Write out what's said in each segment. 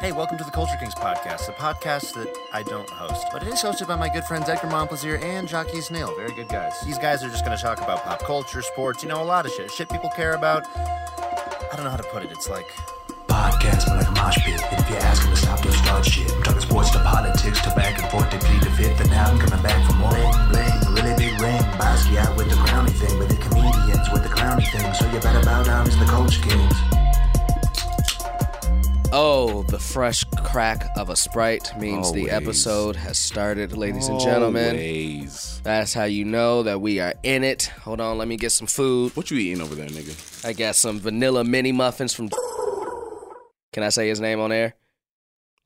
Hey, welcome to the Culture Kings podcast, the podcast that I don't host, but it is hosted by my good friends Edgar Montplaisir and Jockey Snail. Very good guys. These guys are just going to talk about pop culture, sports, you know, a lot of shit. Shit people care about. I don't know how to put it. It's like Podcast but like a mosh pit. And if you ask them to stop, they'll start shit. I'm talking sports to politics to back and forth. They plead the fifth, and now I'm coming back for more. Bling, bling, a really big ring. Basquiat with the crowny thing, but the comedians with the clowny thing. So you better bow down as the coach kings. Oh, the fresh crack of a sprite means the Always. episode has started, ladies and gentlemen. Always. That's how you know that we are in it. Hold on, let me get some food. What you eating over there, nigga? I got some vanilla mini muffins from. Can I say his name on air?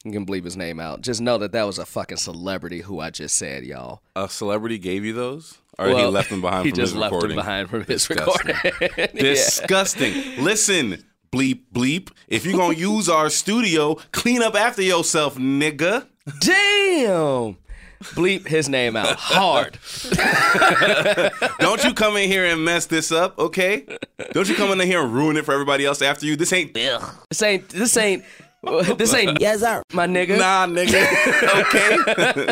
You can bleep his name out. Just know that that was a fucking celebrity who I just said, y'all. A celebrity gave you those, or he Well, left them behind. He from just his left recording? him behind from his Disgusting. recording. Yeah. Disgusting. Listen, bleep bleep. If you gonna use our studio, clean up after yourself, nigga. Damn. Bleep his name out hard. Don't you come in here and mess this up, okay? Don't you come in here and ruin it for everybody else after you. This ain't This ain't. This ain't. This ain't. Yes, sir. My nigga. nah, nigga.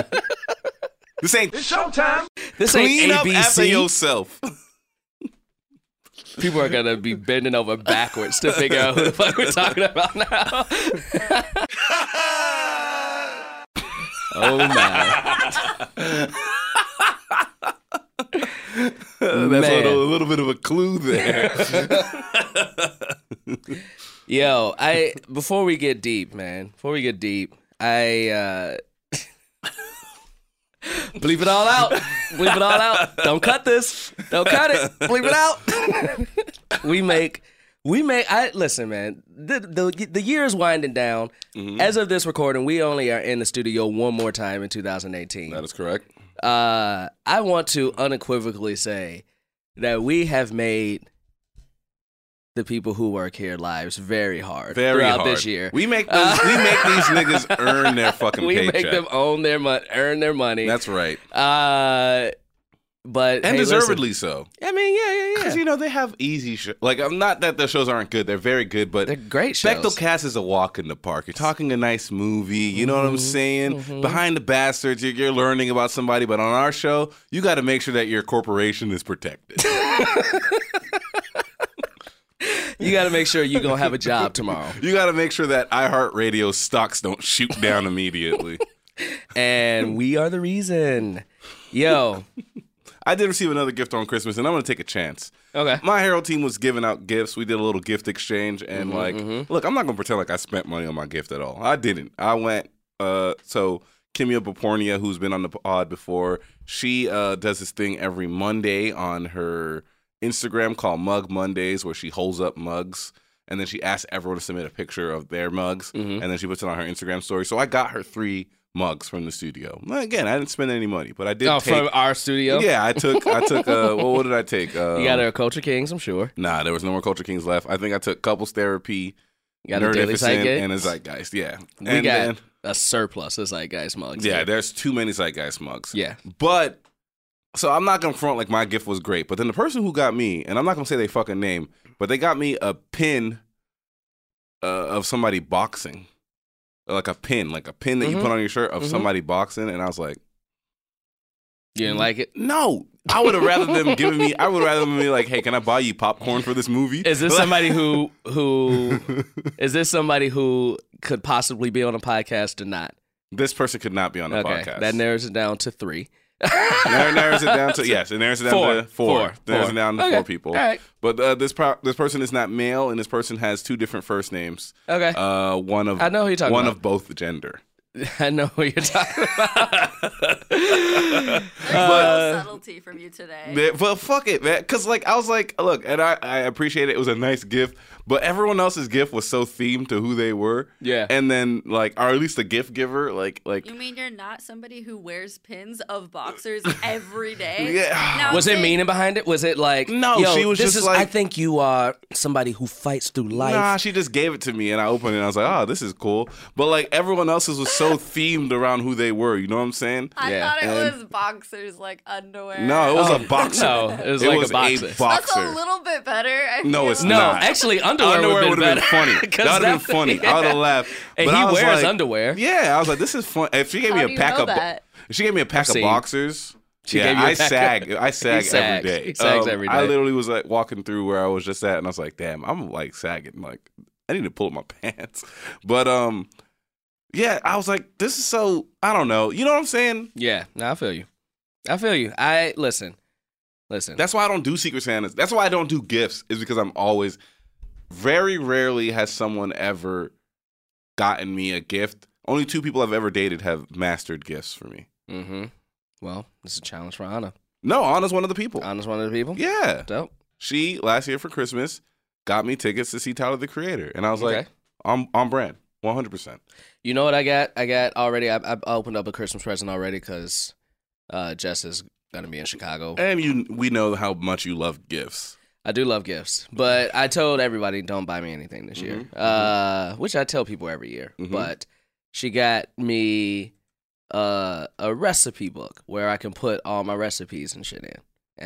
okay. this ain't This clean ain't up after ABC. yourself. People are gonna be bending over backwards to figure out who the fuck we're talking about now. oh my! That's a Man. little, a little bit of a clue there. Yo, I before we get deep, man. Before we get deep, I uh bleep it all out. Bleep it all out. Don't cut this. Don't cut it. Bleep it out. we make. We make. I listen, man. The the, the year is winding down. As of this recording, we only are in the studio one more time in 2018. that is correct. uh, I want to unequivocally say that we have made the people who work here lives very hard very throughout hard. this year. Uh, We make those, we make these niggas earn their fucking We paycheck. make them own their money, earn their money. That's right, uh, but and hey, listen. deservedly so. I mean, yeah, yeah, Because yeah. you know they have easy shows. Like I'm not that their shows aren't good; they're very good. But They're great shows. Spectacast is a walk in the park. You're talking a nice movie. You know Mm-hmm, what I'm saying? Behind the bastards, you're, you're learning about somebody. But on our show, you got to make sure that your corporation is protected. You got to make sure you gonna have a job tomorrow. you got to make sure that iHeartRadio stocks don't shoot down immediately. and we are the reason. Yo, I did receive another gift on Christmas, and I'm going to take a chance. okay. my Herald team was giving out gifts. We did a little gift exchange, and Mm-hmm, like, look, I'm not gonna pretend like I spent money on my gift at all. I didn't. I went. Uh, so Kimia Papornia, who's been on the pod before, she uh does this thing every Monday on her Instagram called Mug Mondays, where she holds up mugs. And then she asks everyone to submit a picture of their mugs, Mm-hmm. and then she puts it on her Instagram story. So I got her three mugs from the studio. Again, I didn't spend any money, but I did Oh, take. from our studio. yeah, I took. I took. Uh, well, what did I take? Uh, You got our Culture Kings, I'm sure. Nah, there was no more Culture Kings left. I think I took couples therapy, You got a daily Nerdificent, psychic. and a zeitgeist. Yeah, we and got then- a surplus of zeitgeist mugs. yeah. There's too many zeitgeist mugs. Yeah. but so I'm not gonna front like my gift was great, but then the person who got me, and I'm not gonna say they fucking name, but they got me a pin uh, of somebody boxing, like a pin, like a pin that you Mhm. put on your shirt of Mhm. somebody boxing, and I was like, You didn't like it? no. I would have rather them giving me. I would rather them be like, "Hey, can I buy you popcorn for this movie?" Is this Like- somebody who who is this somebody who could possibly be on a podcast or not? This person could not be on the okay. podcast. That narrows it down to three. Nar- narrows it down to yes, it narrows it down Four. to four. Four. Narrows Four. it down to Okay. four people. All right. But uh, this pro- this person is not male, and this person has two different first names. Okay. Uh, one of I know who you're talking one about. of both gender. I know what you're talking There's uh, no subtlety from you today. Yeah, But fuck it, man. Cause like I was like, look, and I I appreciate it. It was a nice gift, but everyone else's gift was so themed to who they were. Yeah. And then like, or at least the gift giver, like like you mean you're not somebody who wears pins of boxers every day? Yeah. Now, I'm Was it saying- meaning behind it? Was it like No, yo, she was this just is, like- I think you are somebody who fights through life. Nah, she just gave it to me and I "Ah, opened it and I was like, oh, this is cool. But like everyone else's was so themed around who they were, you know what I'm saying? I Yeah. thought it And- was boxers like underwear. No, it was Oh, a boxer. no, it was like a boxer. That's That's boxer. a little bit better. I No, feel it's like. No, Nah. actually, underwear, underwear would would have been funny. 'Cause That would have that- been funny. I would have laughed. And But he I was wears like- underwear. Yeah, I was like, this is fun. If she gave How do me you a pack know of, bo- that? if she gave me a pack seen. of boxers. She yeah, gave you a I pack of- sag. I sag sags. every day. Um, He sags every I day. literally was like walking through where I was just at, and I was like, damn, I'm like sagging. Like, I need to pull up my pants. But um, yeah, I was like, this is so. I don't know. You know what I'm saying? Yeah, no, I feel you. I feel you. I listen, listen. That's why I don't do Secret Santas. That's why I don't do gifts, is because I'm always very rarely has someone ever gotten me a gift. Only two people I've ever dated have mastered gifts for me. mm-hmm. Well, this is a challenge for Anna. No, Anna's one of the people. Anna's one of the people. Yeah. Dope. She last year for Christmas got me tickets to see Tyler the Creator. And I was like, Okay. I'm on brand. One hundred percent. You know what I got? I got already. I, I opened up a Christmas present already because uh, Jess is gonna be in Chicago. And you we know how much you love gifts. I do love gifts, but I told everybody don't buy me anything this year, Mhm, uh, which I tell people every year. Mhm. But she got me uh, a recipe book where I can put all my recipes and shit in,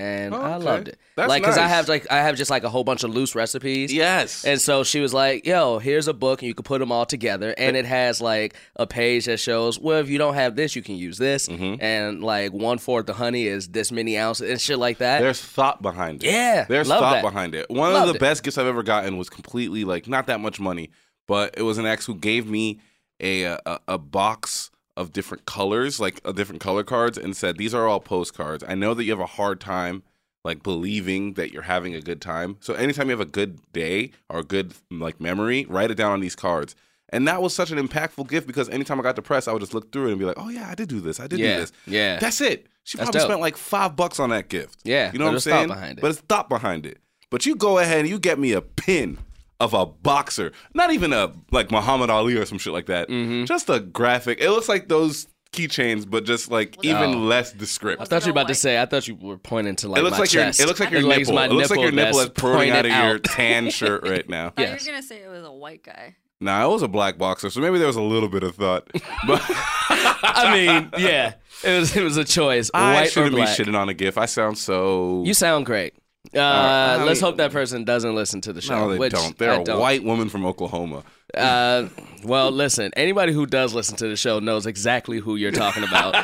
and Oh, I okay. loved it. That's like, I nice. have like I have just like a whole bunch of loose recipes. Yes. And so she was like, "Yo, here's a book, and you can put them all together, and it has like a page that shows, well, if you don't have this, you can use this, Mhm. and like one fourth of honey is this many ounces, and shit like that." There's thought behind it. Yeah, There's love thought that. behind it. One Loved of the it. best gifts I've ever gotten was completely like not that much money, but it was an ex who gave me a a, a box of different colors, like uh, different color cards, and said these are all postcards. I know that you have a hard time like believing that you're having a good time. So anytime you have a good day or a good like memory, write it down on these cards. And that was such an impactful gift because anytime I got depressed, I would just look through it and be like, "Oh yeah, I did do this. I did Yeah, do this. yeah. that's it." She That's probably dope. spent like five bucks on that gift. Yeah, you but know what I'm there's thought saying? behind it. But it's thought behind it. But you go ahead and you get me a pin of a boxer, not even a like Muhammad Ali or some shit like that. Mm-hmm. Just a graphic. It looks like those keychains, but just like even Oh. less descript. I thought you were about to like- say. I thought you were pointing to like. it looks my like your chest. it looks like your It's it's nipple. my It looks like your nipple is that's pouring out of pointed your tan shirt right now. I thought Yes. you were gonna say it was a white guy. Nah, it was a black boxer, so maybe there was a little bit of thought. But I mean, yeah, it was it was a choice. I white or shouldn't be black. shitting on a gif. I sound so You sound great. Uh, right. I let's mean- hope that person doesn't listen to the show. no, they which don't. They're I a white woman from Oklahoma. Uh, well, listen. Anybody who does listen to the show knows exactly who you're talking about.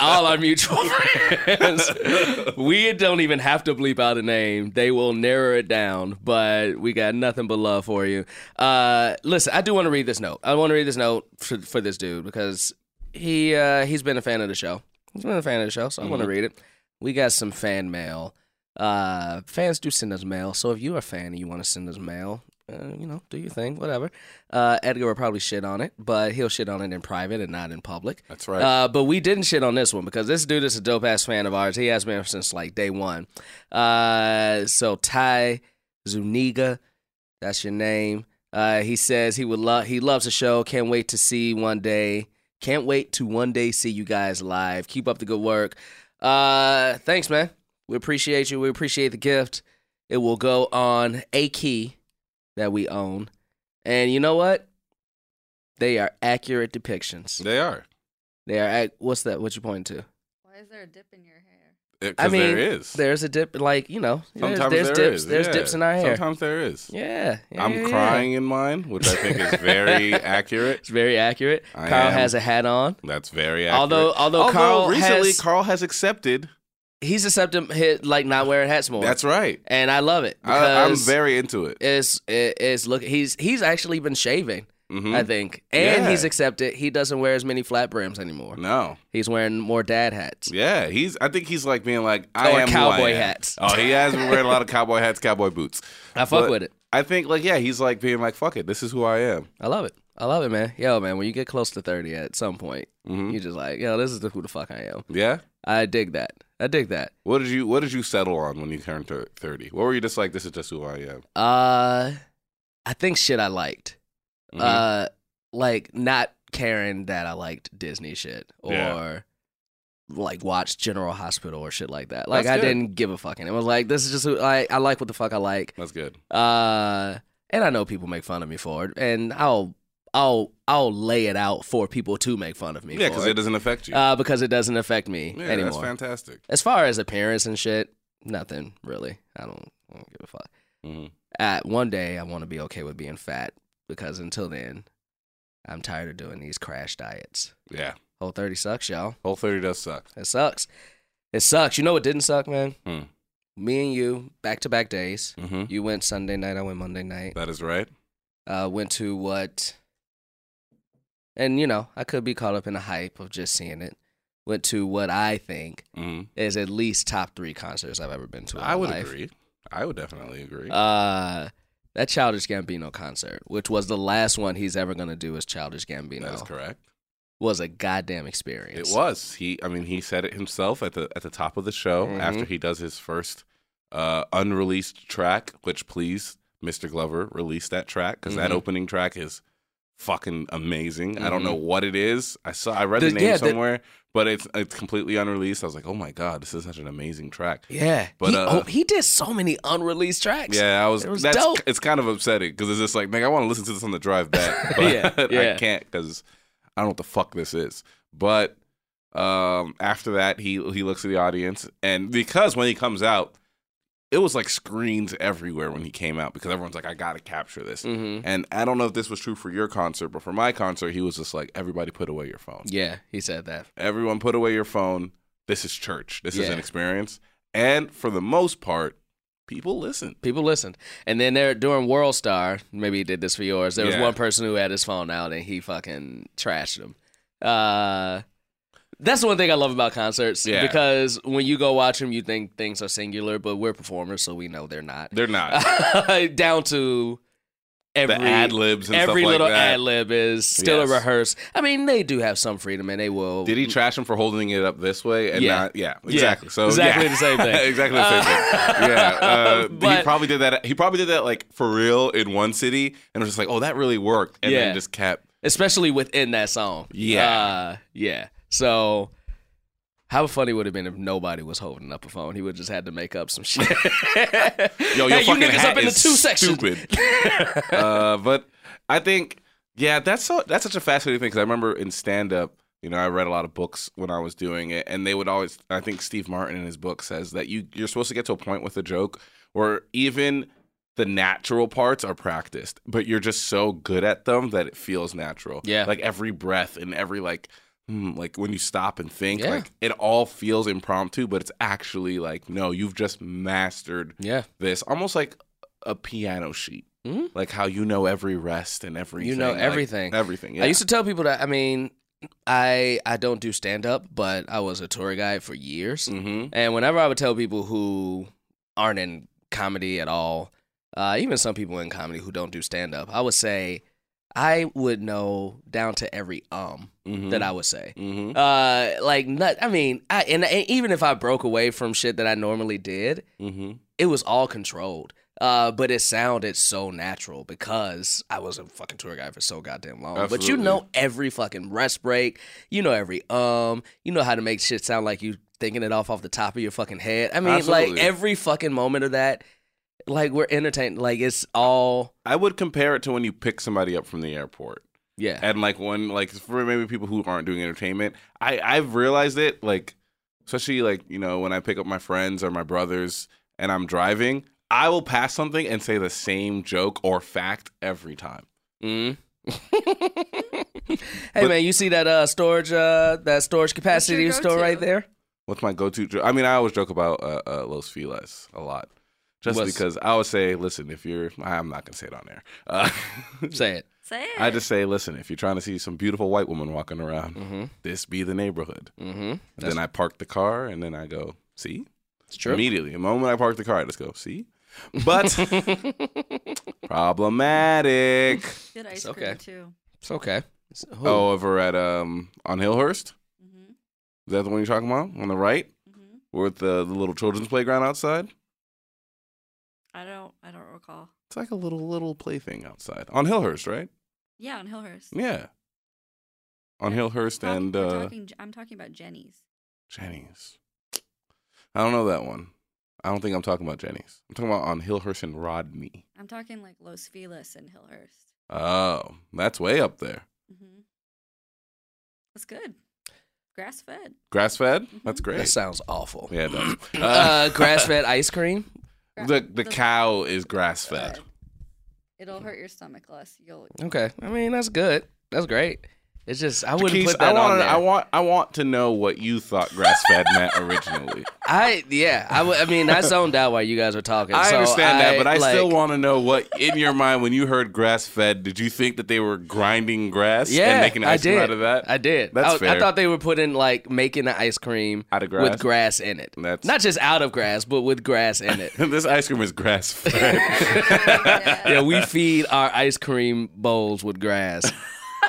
All our mutual friends. We don't even have to bleep out a name. They will narrow it down. But we got nothing but love for you. Uh, listen, I do want to read this note. I want to read this note for, for this dude because he uh, he's been a fan of the show. He's been a fan of the show, so I want to read it. We got some fan mail. Uh, fans do send us mail, so if you're a fan and you want to send us mail, uh, you know, do your thing, whatever. Uh, Edgar will probably shit on it, but he'll shit on it in private and not in public. That's right. Uh, but we didn't shit on this one because this dude is a dope ass fan of ours. He has been since like day one. Uh, so Ty Zuniga, that's your name. Uh, he says he would love he loves the show. Can't wait to see one day. Can't wait to one day see you guys live. Keep up the good work. Uh, thanks, man. We appreciate you. We appreciate the gift. It will go on a key that we own. And you know what? They are accurate depictions. They are. They are ac what's that? What you pointing to? Why is there a dip in your hair? Because I mean, there is. There's a dip, like you know, there's, Sometimes there's there dips. is, There's yeah. dips in our hair. Sometimes there is. Yeah, yeah, I'm yeah, yeah. crying in mine, which I think is very accurate. It's very accurate. I Carl am. has a hat on. That's very accurate. Although- although Carl recently has- Carl has accepted. He's accepted hit like not wearing hats more. That's right. and I love it because I, I'm very into it. it's it- it's look he's he's actually been shaving. Mhm. I think, and Yeah. he's accepted. He doesn't wear as many flat brims anymore. No. He's wearing more dad hats. Yeah, he's. I think he's like being like, I Or am who I cowboy am. hats. Oh, he has been wearing a lot of cowboy hats, cowboy boots. I fuck But with it. I think like yeah, he's like being like, fuck it, this is who I am. I love it. I love it, man. Yo, man, when you get close to thirty, at some point, you're just like, yo, this is the, who the fuck I am. Mm-hmm. Yeah. I dig that. I dig that. What did you What did you settle on when you turned thir- thirty? What were you just like? This is just who I am. Uh, I think shit I liked. Mhm. Uh, like not caring that I liked Disney shit or Yeah. like watch General Hospital or shit like that. Like That's I good. didn't give a fucking. It was like this is just who I I like what the fuck I like. That's good. Uh, and I know people make fun of me for it, and I'll I'll I'll lay it out for people to make fun of me. Yeah, for because it doesn't affect you. uh, because it doesn't affect me yeah, anymore. that's fantastic. As far as appearance and shit, nothing really. I don't, I don't give a fuck. hmm Mm-hmm. At one day, I want to be okay with being fat because until then, I'm tired of doing these crash diets. Yeah, Whole 30 sucks, y'all. whole thirty does suck. It sucks. It sucks. You know what didn't suck, man? Hmm. Me and you, back to back days. hmm You went Sunday night, I went Monday night. That is right. Uh, went to what? And you know, I could be caught up in the hype of just seeing it. Went to what I think hmm is at least top three concerts I've ever been to. In I my would life. agree. I would definitely agree. Uh, that Childish Gambino concert, which was the last one he's ever gonna do as Childish Gambino, that is correct. was a goddamn experience. It was. He. I mean, he said it himself at the at the top of the show Mhm. after he does his first uh, unreleased track. Which please, Mr. Glover, release that track because that Mhm. opening track is fucking amazing. I don't Mhm. know what it is. I saw. I read the, The- name yeah, the- somewhere, but it's it's completely unreleased. I was like, oh my god, this is such an amazing track. Yeah, But, he, uh, oh, he did so many unreleased tracks. Yeah, I was. It was that's dope. it's kind of upsetting because it's just like, man, I want to listen to this on the drive back, but Yeah, I yeah. can't because I don't know what the fuck this is. But um, after that, he he looks at the audience, and because when he comes out, it was like screens everywhere when he came out because everyone's like, I gotta capture this. hmm And I don't know if this was true for your concert, but for my concert, he was just like, everybody put away your phone. yeah, he said that. Everyone put away your phone. This is church. This is Yeah. an experience. And for the most part, people listen. People listened, and then there during World Star, maybe he did this for yours. There was Yeah. one person who had his phone out, and he fucking trashed him. Uh, that's the one thing I love about concerts, Yeah. because when you go watch them, you think things are singular, but we're performers, so we know they're not. They're not. Down to every the ad libs and every stuff little like that. ad lib is still Yes. a rehearse. I mean, they do have some freedom, and they will. Did he trash him for holding it up this way and Yeah. not? Yeah, Yeah. exactly. So Exactly yeah. the same thing. exactly the same thing. Yeah, uh, he But- probably did that. He probably did that like for real in one city, and was just like, "Oh, that really worked," and Yeah. then just kept. especially within that song. Yeah. uh, yeah. So, how funny would it have been if nobody was holding up a phone? He would just had to make up some shit. Yo, your hey, you fucking niggas hat up in the is two section. Stupid. uh, but I think, yeah, that's so that's such a fascinating thing because I remember in stand up, you know, I read a lot of books when I was doing it, and they would always. I think Steve Martin in his book says that you you're supposed to get to a point with a joke where even the natural parts are practiced, but you're just so good at them that it feels natural. Yeah. like every breath and every like. hmm, like when you stop and think, Yeah. like it all feels impromptu, but it's actually like no, you've just mastered Yeah, this almost like a piano sheet Mhm. like how you know every rest and everything know like, everything. everything yeah. I used to tell people that. I mean, I I don't do stand up, but I was a tour guide for years, hmm and whenever I would tell people who aren't in comedy at all, uh, even some people in comedy who don't do stand up, I would say. I would know down to every um mm-hmm, that I would say. hmm uh like not i mean i and, and even if i broke away from shit that i normally did hmm it was all controlled uh but it sounded so natural because i was a fucking tour guide for so goddamn long but you Absolutely. know every fucking rest break you know every um you know how to make shit sound like you thinking it off off the top of your fucking head i mean Absolutely. like every fucking moment of that like we're entertained like it's all i would compare it to when you pick somebody up from the airport yeah and like when like for maybe people who aren't doing entertainment i i've realized it like especially like you know when i pick up my friends or my brothers and i'm driving i will pass something and say the same joke or fact every time Mm. Mm-hmm. hey man, you see that uh storage uh that storage capacity your store right go-to? there? What's my go-to? jo- I mean, I always joke about uh, uh, Los Feliz a lot, just What's- because I would say, listen, if you're, I'm not gonna say it on air. Uh, Say it. Say it. I just say, listen, if you're trying to see some beautiful white woman walking around, Mhm. this be the neighborhood. Mhm. And then I park the car, and then I go, see, It's true. immediately. The moment I park the car, I just go, see, but problematic. did ice okay. cream too. It's okay. It's- who? Oh, over at um on Hillhurst. Mm-hmm, Is that the one you're talking about on the right, Mhm. with the, the little children's playground outside? I don't. I don't recall. It's like a little little plaything outside on Hillhurst, right? Yeah, on Hillhurst. Yeah, on Yeah. Hillhurst Talk- and we're uh, talking, I'm talking about Jenny's. Jenny's. I don't know that one. I don't think I'm talking about Jenny's. I'm talking about on Hillhurst and Rodney. I'm talking like Los Feliz and Hillhurst. Oh, that's way up there. hmm That's good. Grass fed. Grass fed? That's great. That sounds awful. yeah, it does. Uh, grass fed ice cream. the the cow is grass fed. It'll Mm-hmm. hurt your stomach less. You'll. Okay, I mean that's good. That's great. It's just I wouldn't Keith, put I that on want there. I want I want to know what you thought grass fed meant originally. I yeah. I, w- I mean I zoned out while you guys were talking. I so understand that, but I like- still want to know what in your mind when you heard grass fed, did you think that they were grinding grass Yeah, and making I ice did. cream out of that? I did. That's I, I fair. thought they were putting like making the ice cream Out with of grass? grass in it. That's- Not just out of grass, but with grass in it. this ice cream is grass fed. Yeah. yeah, we feed our ice cream bowls with grass.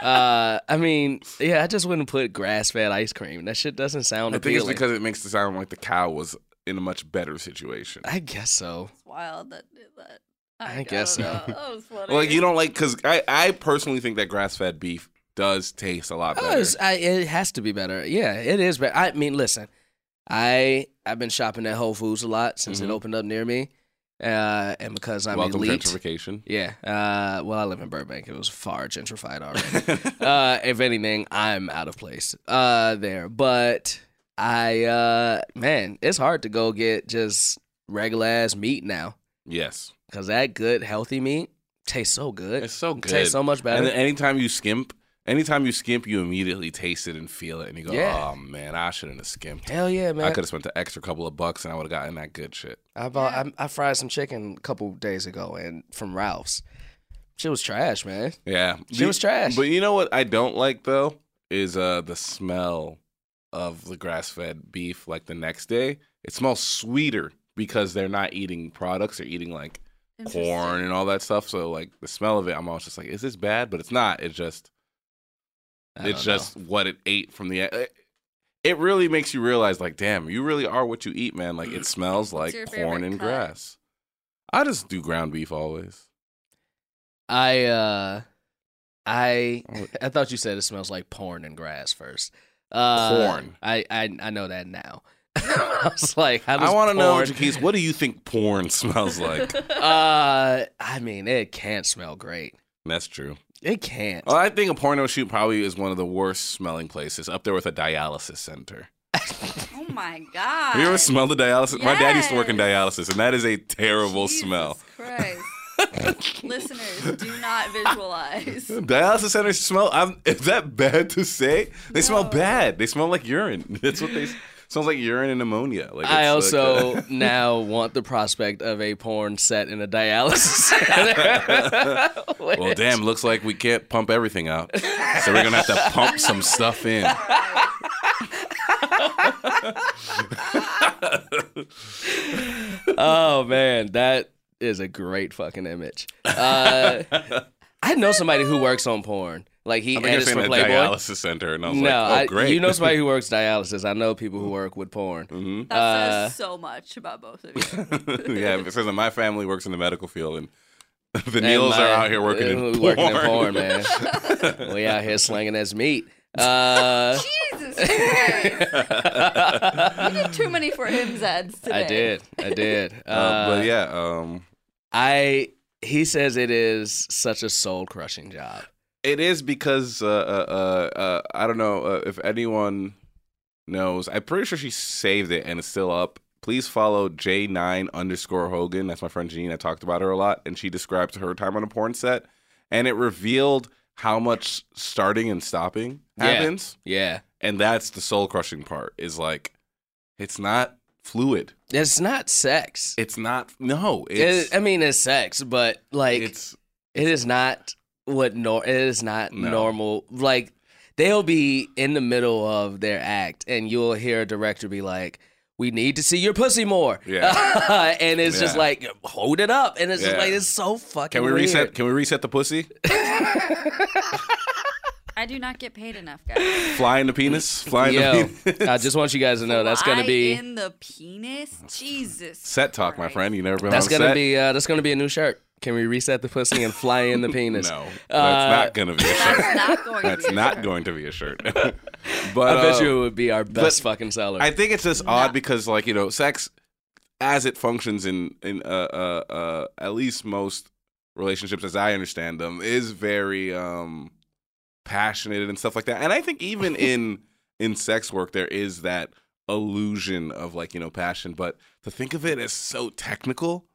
Uh, I mean, yeah, I just wouldn't put grass fed ice cream. That shit doesn't sound I think it's appealing. because it makes it sound like the cow was in a much better situation. I guess so. It's wild that did that. I guess don't so. know. That was funny. Well, you don't like because I, I personally think that grass fed beef does taste a lot Oh, better. it's- I, it has to be better. Yeah, it is better. I mean, listen, I I've been shopping at Whole Foods a lot since it Mhm. opened up near me, uh, and because I'm Welcome elite. gentrification. Yeah. Uh, well, I live in Burbank. It was far gentrified already. uh, if anything, I'm out of place uh, there. But I, uh, man, it's hard to go get just regular ass meat now Yes, because that good, healthy meat tastes so good. it's so good. tastes so much better. And then anytime you skimp, anytime you skimp, you immediately taste it and feel it, and you go, Yeah. "Oh man, I shouldn't have skimped. Hell yeah, I man. could have spent the extra couple of bucks, and I would have gotten that good shit." I, bought, I, I fried some chicken a couple days ago and from Ralph's. Shit was trash, man. Yeah, She was trash. But you know what I don't like though is uh the smell of the grass fed beef. Like the next day, it smells sweeter because they're not eating products; they're eating like Interesting. corn and all that stuff. So like the smell of it, I'm always just like, "Is this bad?" But it's not. It's just I it's don't know. just what it ate from the. e, It, it really makes you realize, like, damn, you really are what you eat, man. Like it smells like your corn favorite and cut? grass. I just do ground beef always. I uh I Oh, I thought you said it smells like porn and grass first. Uh, Porn. I, I I know that now. I was like, how does I want to know, porn- Jaquise, what do you think porn smells like? Uh, I mean, it can't smell great. That's true. It can't. Well, I think a porno shoot probably is one of the worst smelling places, up there with a dialysis center. Oh my god. Have you ever smelled the dialysis? My dad used to work in Yes. dialysis, and that is a terrible Jesus smell. Christ. Listeners, do not visualize. Uh. Dialysis centers smell. I'm, is that bad to say? They smell No. bad. They smell like urine. That's what they smells like urine and ammonia. Like I it's like uh, also a- now want the prospect of a porn set in a dialysis center. well, damn. Looks like we can't pump everything out, so we're gonna have to pump some stuff in. Oh man, that is a great fucking image. Uh, I know somebody who works on porn. Like he I think I edits said for a Playboy. dialysis center, and I was No, like, oh I- great. you know somebody who works dialysis. I know people who work with porn. Mhm. That says so much about both of you. yeah, it says that my family works in the medical field, and the Neils And are my- out here working in porn. working in porn, man. we out here slinging as meat. Uh, Jesus Christ. you did too many for him, Zeds, today. I did, I did. Uh, Uh, but yeah, um, I. He says it is such a soul crushing job. it is because uh, uh, uh, uh, I don't know uh, if anyone knows. I'm pretty sure she saved it and it's still up. Please follow J9 underscore Hogan. That's my friend Jeanine. I talked about her a lot, and she described her time on a porn set, and it revealed how much starting and stopping Yeah. happens. Yeah, and that's the soul crushing part is like it's not fluid it's not sex. it's not no it's It, I mean, it's sex, but like it's It is not what nor it is not No. normal. Like they'll be in the middle of their act and you'll hear a director be like, We need to see your pussy more. Yeah. and it's just Yeah. like hold it up. And it's just Yeah. like it's so fucking can we weird. reset can we reset the pussy I do not get paid enough, guys. fly in the penis fly in Yo, the penis I just want you guys to know that's gonna Fly be in the penis. Jesus. set talk my Christ. friend you never been that's on gonna set? be uh, that's gonna be a new shirt. Can we reset the pussy and fly in the penis? no that's Uh, not gonna be a shirt That's not going to that's be not going to be a shirt but I bet uh, you it would be our best fucking seller. I think it's just odd because like you know, sex as it functions in in uh uh, uh at least most relationships as I understand them is very um passionate and stuff like that. And I think even in in sex work there is that illusion of like, you know, passion, but to think of it as so technical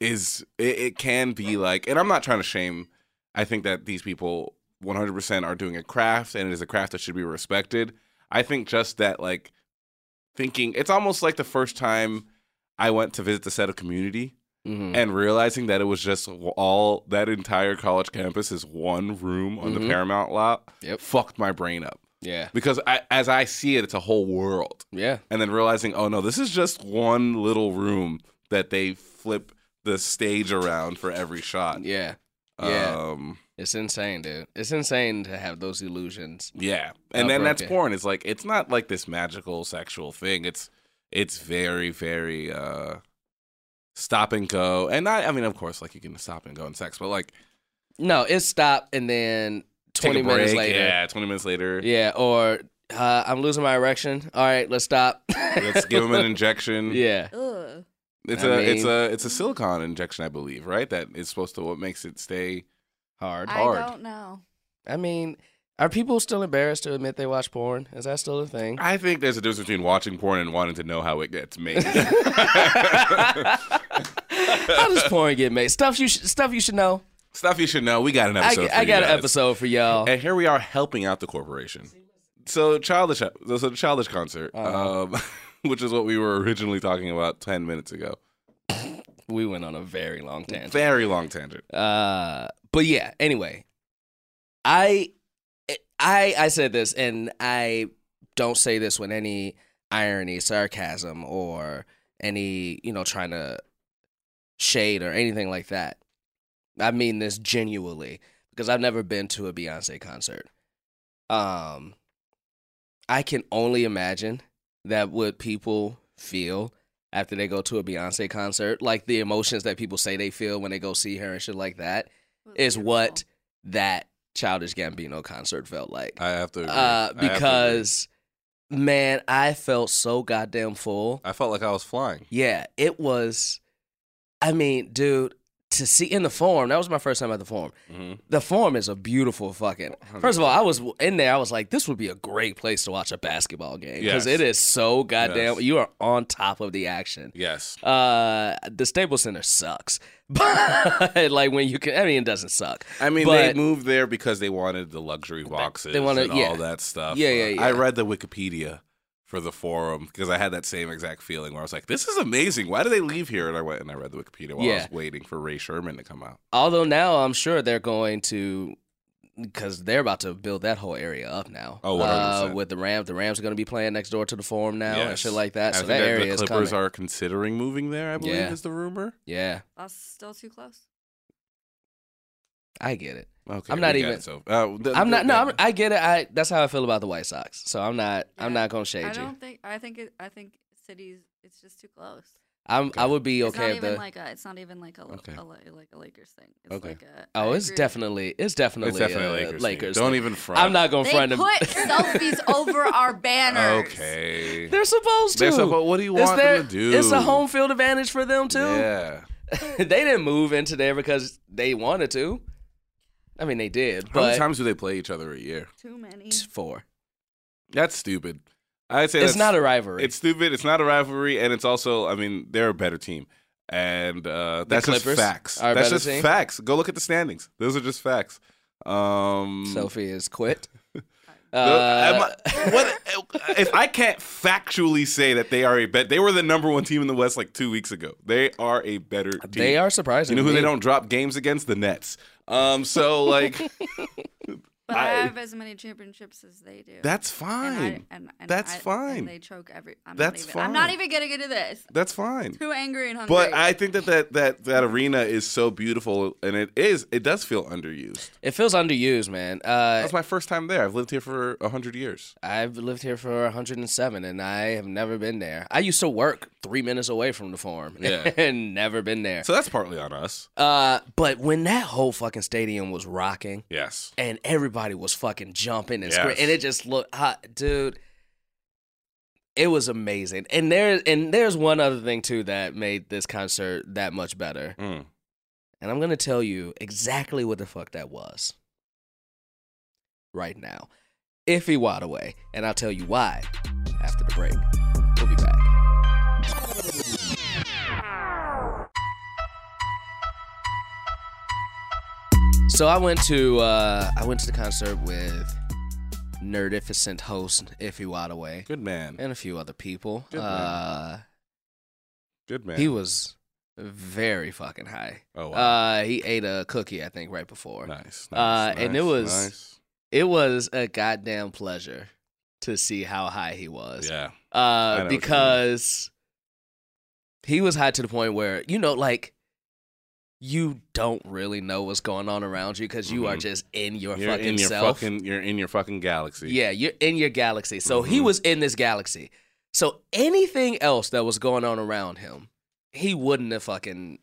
is it, it can be like and I'm not trying to shame I think that these people 100% are doing a craft and it is a craft that should be respected. I think just that like thinking it's almost like the first time I went to visit the set of community Mhm. and realizing that it was just all that entire college campus is one room on the Mhm. Paramount lot Yep. fucked my brain up Yeah. because I, as I see it, it's a whole world. Yeah. And then realizing, oh no, this is just one little room that they flip the stage around for every shot. Yeah. Yeah. Um, It's insane, dude. It's insane to have those illusions. yeah. And Oh, then bro, that's okay. porn. It's like it's not like this magical sexual thing. It's it's very very uh stop and go. And not I mean of course like you can stop and go in sex, but like No, it's stop and then take a 20 minutes break. later. Yeah, 20 minutes later. Yeah, or uh, I'm losing my erection. All right, let's stop. Let's give him an injection. yeah. Ugh. It's I a it's mean- a it's a silicon injection, I believe, right? That is supposed to what makes it stay Hard. I hard. don't know. I mean, are people still embarrassed to admit they watch porn? Is that still a thing? I think there's a difference between watching porn and wanting to know how it gets made. How does porn get made? Stuff you sh- stuff you should know. Stuff you should know. We got an I, episode. for I you got an guys. episode for y'all. And here we are helping out the corporation. So childish so the childish concert. Oh, Um, which is what we were originally talking about ten minutes ago. We went on a very long tangent. Very long tangent. Uh, but yeah. Anyway, I, I, I said this, and I don't say this with any irony, sarcasm, or any you know trying to shade or anything like that. I mean this genuinely because I've never been to a Beyonce concert. Um, I can only imagine that what people feel after they go to a Beyonce concert, like the emotions that people say they feel when they go see her and shit like that, It was is beautiful. what that Childish Gambino concert felt like. I have to agree. I Uh, have to agree. because, man, I felt so goddamn full. I felt like I was flying. Yeah, it was. I mean, dude, to see in the forum, that was my first time at the forum. Mhm. The forum is a beautiful fucking. First of all, I was in there. I was like, this would be a great place to watch a basketball game because Yes. it is so goddamn. Yes. You are on top of the action. Yes. Uh, the Staples Center sucks, but like when you can, I mean, it doesn't suck. I mean, but, they moved there because they wanted the luxury boxes they wanna- and yeah. all that stuff. Yeah, yeah, I yeah. read the Wikipedia for the forum because I had that same exact feeling where I was like, "This is amazing. Why do they leave here?" And I went and I read the Wikipedia while I Yeah. was waiting for Ray Sherman to come out. although now I'm sure they're going to, because they're about to build that whole area up now. Oh, uh, 100%. with the Rams, the Rams are going to be playing next door to the Forum now and Yes. shit like that. I so think that area the is Clippers coming. are considering moving there. I believe Yeah. is the rumor. yeah, That's still too close. I get it. Okay, I'm not we got even- it, So, uh, the- I'm the- not. No, I'm, I get it. I that's how I feel about the White Sox. So I'm not. I'm Yeah. not gonna I shade you. don't think. I think. It, I think cities. It's just too close. I'm. I Okay. would be It's not okay if even the. like a. It's not even like a, lo- Okay. a li- like a Lakers thing. It's Okay. like a. oh, I it's agree. definitely. It's definitely. It's definitely uh, Lakers. team. Lakers. Don't thing. even front. I'm not gonna They front put them. selfies over our banners. Okay. They're supposed to. They're supposed- what do you It's want their- them to do? It's a home field advantage for them too. Yeah. they didn't move into there because they wanted to. I mean, they did, How many but times do they play each other a year? Too many. it's four. That's stupid. I'd say It's that's- not a rivalry. It's stupid. It's not a rivalry, and it's also, I mean, they're a better team, and uh, that's just Clippers facts. are a That's better just team? facts. Go look at the standings. Those are just facts. Um, Sophie is quit. the- Uh, am I- what if I can't factually say that they are a bet? They were the number one team in the West like two weeks ago. They are a better. team. they are surprising. You know who to they me. don't drop games against? The Nets. Um, so like But I, I- have as many championships as they do. that's And I- fine. and- and That's I- and fine. they choke every. I'm That's not even, I'm not fine. even getting into this. That's fine. Too angry and hungry. But I think that, that that that arena is so beautiful, and it is it does feel underused. It feels underused, man. Uh, That's my first time there. I've lived here for hundred years. I've lived here for 107, and I have never been there. I used to work three minutes away from the farm, Yeah. and never been there. So that's partly on us. Uh, but when that whole fucking stadium was rocking, Yes. and everybody was fucking jumping and Yes. screaming, and it just looked hot, dude. It was amazing, and there and there's one other thing too that made this concert that much better. Mm. And I'm going to tell you exactly what the fuck that was right now. Iffy Wadaway. And I'll tell you why after the break. We'll be back. So I went to uh, I went to the concert with nerdificent host Iffy Wadaway Good man. and a few other people. Good man. Uh, Good man. he was very fucking high. oh, wow. Uh, he ate a cookie, I think, right before. nice, nice. uh, and it nice, was- nice. It was a goddamn pleasure to see how high he was. Yeah. know what you Uh, mean. because he was high to the point where you know, like, you don't really know what's going on around you because you are Mhm. just in your You're fucking in your self. fucking. You're in your fucking galaxy. Yeah, you're in your galaxy. So he Mhm. was in this galaxy. So anything else that was going on around him, he wouldn't have fucking.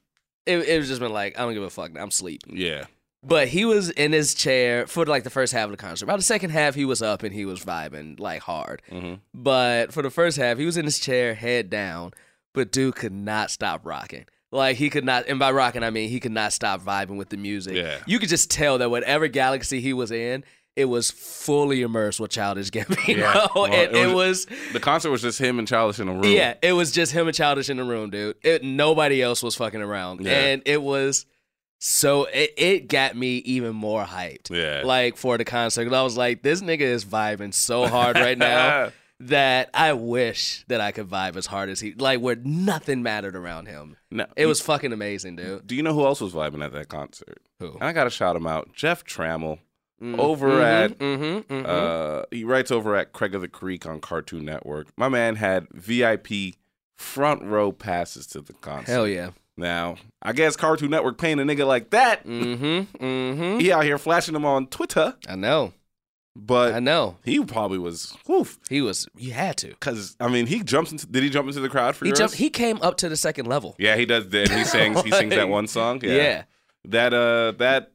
It, it was just been like, I don't give a fuck. I'm sleep. Yeah. But he was in his chair for like the first half of the concert. By the second half, he was up and he was vibing like hard. Mhm. But for the first half, he was in his chair, head down. But dude could not stop rocking. Like he could not, and by rocking I mean he could not stop vibing with the music. Yeah. you could just tell that whatever galaxy he was in, it was fully immersed with Childish Gambino. Yeah. Well, and it it was, The concert was just him and Childish in a room. yeah, it was just him and Childish in the room, dude. It, nobody else was fucking around, Yeah. and it was so it, it got me even more hyped. Yeah. Like for the concert, 'Cause I was like, this nigga is vibing so hard right now that I wish that I could vibe as hard as he like where nothing mattered around him. No. It was fucking amazing, dude. Do you know who else was vibing at that concert? Who? And I gotta shout him out, Jeff Trammell. Over at Mm. Mm-hmm. hmm Uh, he writes over at Craig of the Creek on Cartoon Network. My man had VIP front row passes to the concert. Hell yeah. Now, I guess Cartoon Network paying a nigga like that. Mm-hmm. Mm-hmm. He out here flashing them on Twitter, I know. I but know. he probably was woof. He was you had to. Cause I mean, he jumps into. Did he jump into the crowd for He yours? jumped he came up to the second level. yeah, he does. Then he sings. He sings that one song. Yeah. That uh that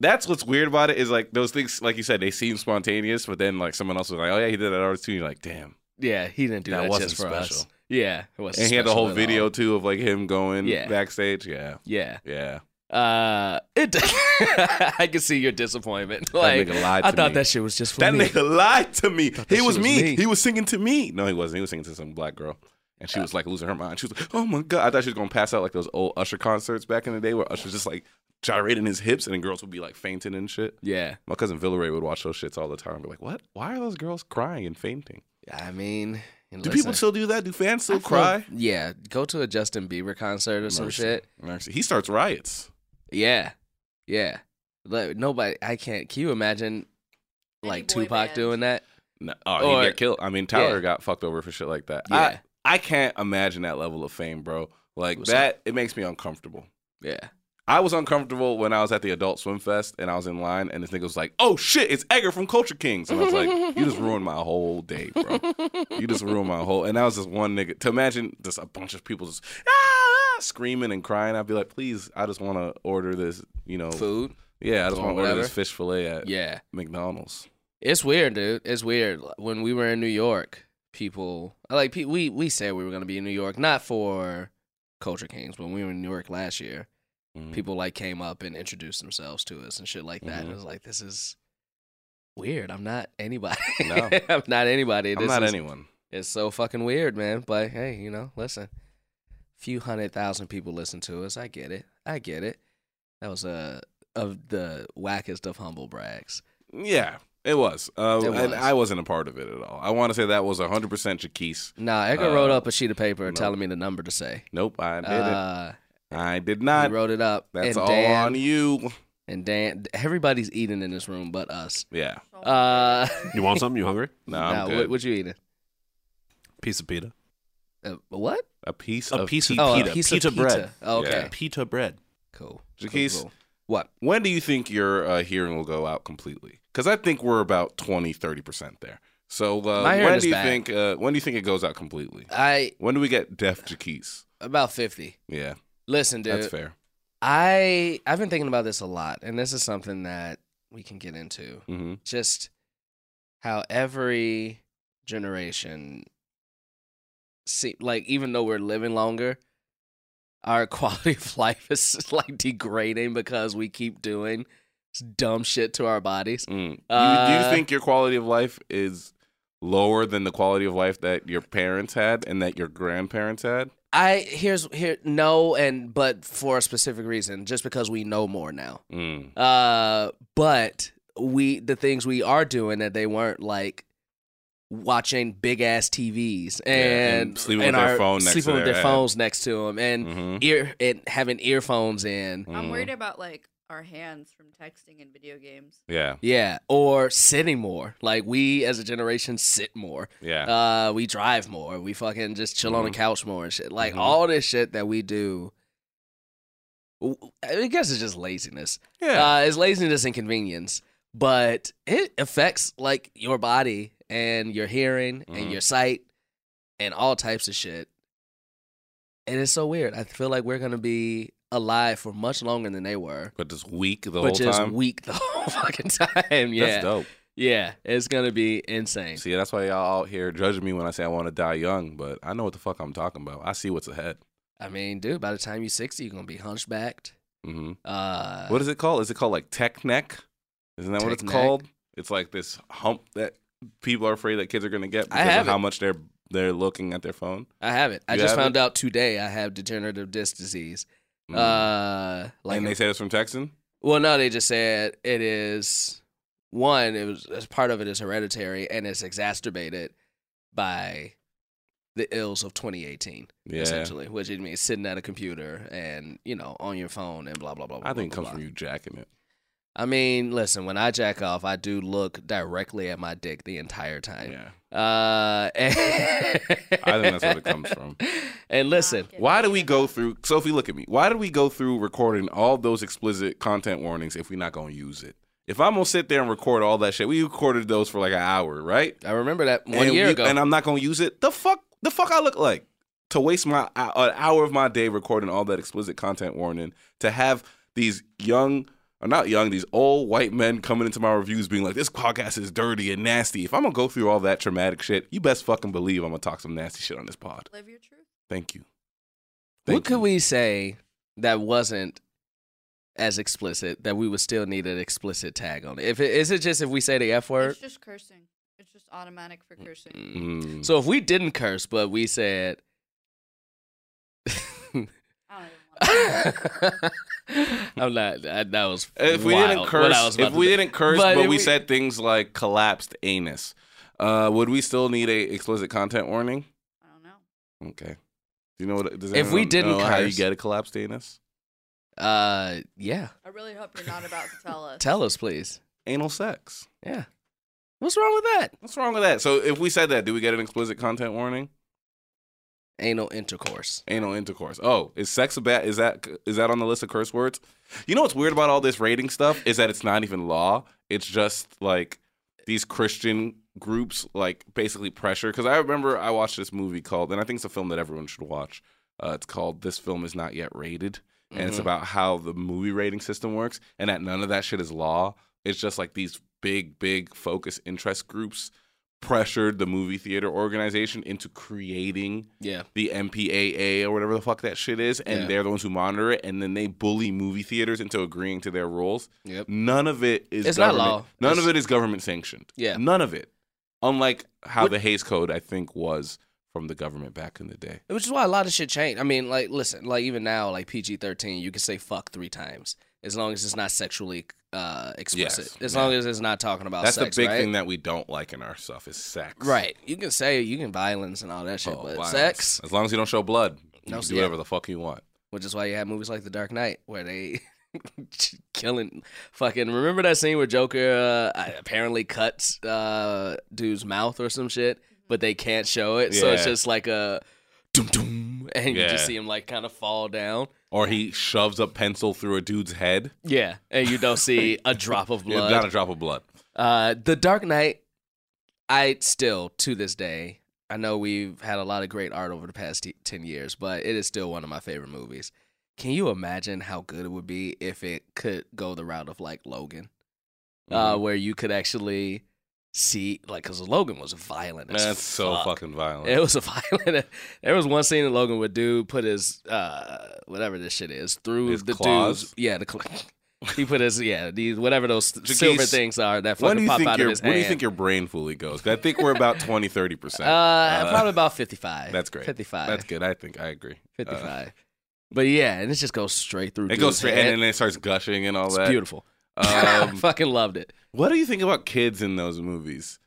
that's what's weird about it is like those things like you said they seem spontaneous but then like someone else was like oh yeah he did that artist too and you're like damn Yeah, he didn't do That that, wasn't just for us. special. Yeah, it wasn't. and he had the special whole at video all. too of like him going Yeah. backstage yeah Yeah, yeah uh, it. I can see your disappointment. Like nigga lied I to thought me. that shit was just for that me. nigga lied to me thought that he was shit was me. me. he was singing to me no he wasn't he was singing to some black girl and she was like losing her mind she was like oh my god I thought she was gonna pass out like those old Usher concerts back in the day where Usher's just like gyrating his hips and then girls would be like fainting and shit yeah, my cousin Villeray would watch those shits all the time and be like what why are those girls crying and fainting I mean, and Do listen, people still do that? Do I fans still feel- cry? Yeah, go to a Justin Bieber concert or some Mercy. shit. Mercy. He starts riots. Yeah, yeah. Like, nobody, I can't. Can you imagine Any like boy Tupac band. doing that? No, oh, Or- he get killed. I mean, Tyler yeah. got fucked over for shit like that. Yeah. I, I can't imagine that level of fame, bro. Like What's that, it makes me uncomfortable. Yeah, I was uncomfortable when I was at the Adult Swim Fest and I was in line and this nigga was like, "Oh shit, it's Edgar from Culture Kings," and I was like, "You just ruined my whole day, bro. You just ruined my whole." And that was just one nigga. To imagine just a bunch of people just "Ah, ah," screaming and crying, I'd be like, "Please, I just want to order this, you know, food. Yeah, I just Or want to order whatever. this fish fillet at Yeah, McDonald's. it's weird, dude. It's weird. When we were in New York, people like pe- we we said we were gonna be in New York, not for Culture Kings, but when we were in New York last year. Mm. people like came up and introduced themselves to us and shit like that. And Mhm. it was like, this is weird. I'm not anybody. No. I'm not anybody. I'm This not is- anyone. It's so fucking weird, man. But hey, you know, listen. Few hundred thousand people listen to us. I get it. I get it. That was a of the wackest of humble brags. Yeah, it was. Uh, It And was. I wasn't a part of it at all. I want to say that was 100% Jaquise. Nah, Edgar Uh, wrote up a sheet of paper no. telling me the number to say. Nope, I did Uh, it. I did he not. wrote it up. and That's all Dan, on you. And Dan, everybody's eating in this room but us. Yeah. Uh, You want something? You hungry? No, I'm nah, good. what, what you eating? Piece of pita. Uh, what? a piece A of piece of pizza. Oh, pita. a piece pita of pita. bread. Oh, okay, Yeah. Pita bread. cool. Jaquise. Cool, cool. What? When do you think your uh, hearing will go out completely? Because I think we're about 20, 30% there. So uh, My hearing when is do you bad. think uh, when do you think it goes out completely? I When do we get deaf Jaquise? about fifty. Yeah, Listen, dude. that's fair. I I've been thinking about this a lot, and this is something that we can get into. hmm Just how every generation, see, like even though we're living longer, our quality of life is like degrading because we keep doing dumb shit to our bodies. Mm. you, do Uh, you think your quality of life is lower than the quality of life that your parents had and that your grandparents had? I here's here no and but for a specific reason, just because we know more now. Mm. Uh, but we the things we are doing that they weren't like watching big ass TVs and, and sleeping with their our- phone next to sleeping with their their head. phones next to them and Mhm. ear and having earphones in. I'm Mhm. worried about like our hands from texting and video games. Mm. Yeah, Yeah, or sitting more. Like we as a generation sit more. yeah. Uh, we drive more. We fucking just chill on the Mhm. couch more and shit. Like Mhm. all this shit that we do. w- I guess it's just laziness. yeah. Uh, it's laziness and convenience, but it affects like your body and your hearing and Mhm. your sight and all types of shit. And it's so weird. I feel like we're gonna be alive for much longer than they were, but just weak the whole but just time. weak the whole fucking time. Yeah, That's dope. yeah, it's gonna be insane. See, that's why y'all out here judging me when I say I want to die young, but I know what the fuck I'm talking about. I see what's ahead. I mean, dude, by the time you're 60, you're gonna be hunchbacked. hmm Uh, What is it called? Is it called like tech neck? Isn't that what it's Tech neck? called? It's like this hump that people are afraid that kids are gonna get because have of how it. much they're they're looking at their phone. I have it. I You just have found out today I have degenerative disc disease. Mm. Uh, like, Mm-hmm. and they said it's from Texan. well, no, they just said it is one. It was as part of it is hereditary and it's exacerbated by the ills of 2018, Yeah, essentially, which it means sitting at a computer and you know on your phone and blah blah blah. blah I think blah, it comes blah, from blah. you jacking it. I mean, listen, when I jack off, I do look directly at my dick the entire time. Yeah, Uh, I think I think that's where it comes from. And listen, Why do we go through? Sophie, look at me. Why do we go through recording all those explicit content warnings if we're not gonna use it? If I'm gonna sit there and record all that shit, we recorded those for like an hour, right? I remember that one and year we- ago. and I'm not gonna use it. The fuck, the fuck I look like to waste my uh, an hour of my day recording all that explicit content warning to have these young or not young these old white men coming into my reviews being like this podcast is dirty and nasty. If I'm gonna go through all that traumatic shit, you best fucking believe I'm gonna talk some nasty shit on this pod. Live your truth. Thank you. what Thank could you. we say that wasn't as explicit that we would still need an explicit tag on it? If it is it just if we say the f word? It's just cursing. It's just automatic for cursing. Mm. So if we didn't curse, but we said, I don't even want to. I'm not. I, that was If we wild, didn't what curse, I was about if to we do. didn't curse, But but, if we, we- said things like collapsed anus, uh, would we still need a explicit content warning? I don't know. Okay. Do you know what? Does If anyone we didn't know how you curse- get a collapsed anus? uh, yeah, I really hope you're not about to tell us. tell us please. Anal sex. Yeah, what's wrong with that? What's wrong with that? So if we said that, do we get an explicit content warning? Anal intercourse. Anal intercourse. Oh, is sex a bad? Is that is that on the list of curse words? You know what's weird about all this rating stuff is that it's not even law. It's just like these Christian groups like basically pressure. Because I remember I watched this movie called, and I think it's a film that everyone should watch. Uh, it's called "This Film Is Not Yet Rated." and it's Mhm. about how the movie rating system works and that none of that shit is law. It's just like these big, big focus interest groups pressured the movie theater organization into creating yeah. the MPAA or whatever the fuck that shit is, and Yeah. they're the ones who monitor it, and then they bully movie theaters into agreeing to their rules. Yep. None of it is It's not government- law. None It's- of it is government sanctioned. Yeah. none of it. Unlike how What- the Hayes Code, I think, was from the government back in the day. Which is why a lot of shit changed. I mean, like, listen, like even now, like PG thirteen, you can say fuck three times as long as it's not sexually uh, explicit. Yes, as yeah. long as it's not talking about That's Oh, sex, the big right? thing that we don't like in our stuff is sex. right. You can say you can violence and all that shit, Oh, but violence. sex, As long as you don't show blood, you No, can do yeah. whatever the fuck you want. which is why you have movies like The Dark Knight where they killing fucking. Remember that scene where Joker uh, apparently cuts uh, dude's mouth or some shit, but they can't show it, so it's Yeah. just like a doom doom, and you Yeah. just see him like kind of fall down. Or he shoves a pencil through a dude's head. Yeah, and you don't see a drop of Yeah, Not a blood. drop of blood. Uh, the Dark Knight, I still to this day, I know we've had a lot of great art over the past t- ten years, but it is still one of my favorite movies. Can you imagine how good it would be Mm-hmm. if it could go the route of like Logan, uh, where you could actually see, like, because Logan was violent. as That's so fuck. fucking violent. It was a violent. There was one scene that Logan would do put his uh whatever this shit is through His the claws? dude's yeah the cl- he put his yeah these whatever those silver Jagees, things are that when fucking do you pop think out your of his when do you hand. think your brain fully goes? I think we're about 20 30 percent. uh, probably about fifty five. That's great. Fifty five. That's good. I think I agree. Uh, 55. but yeah, and it just goes straight through. it dude's goes straight, head. and then it starts gushing and all it's that. beautiful. I Um, fucking loved it. what do you think about kids in those movies?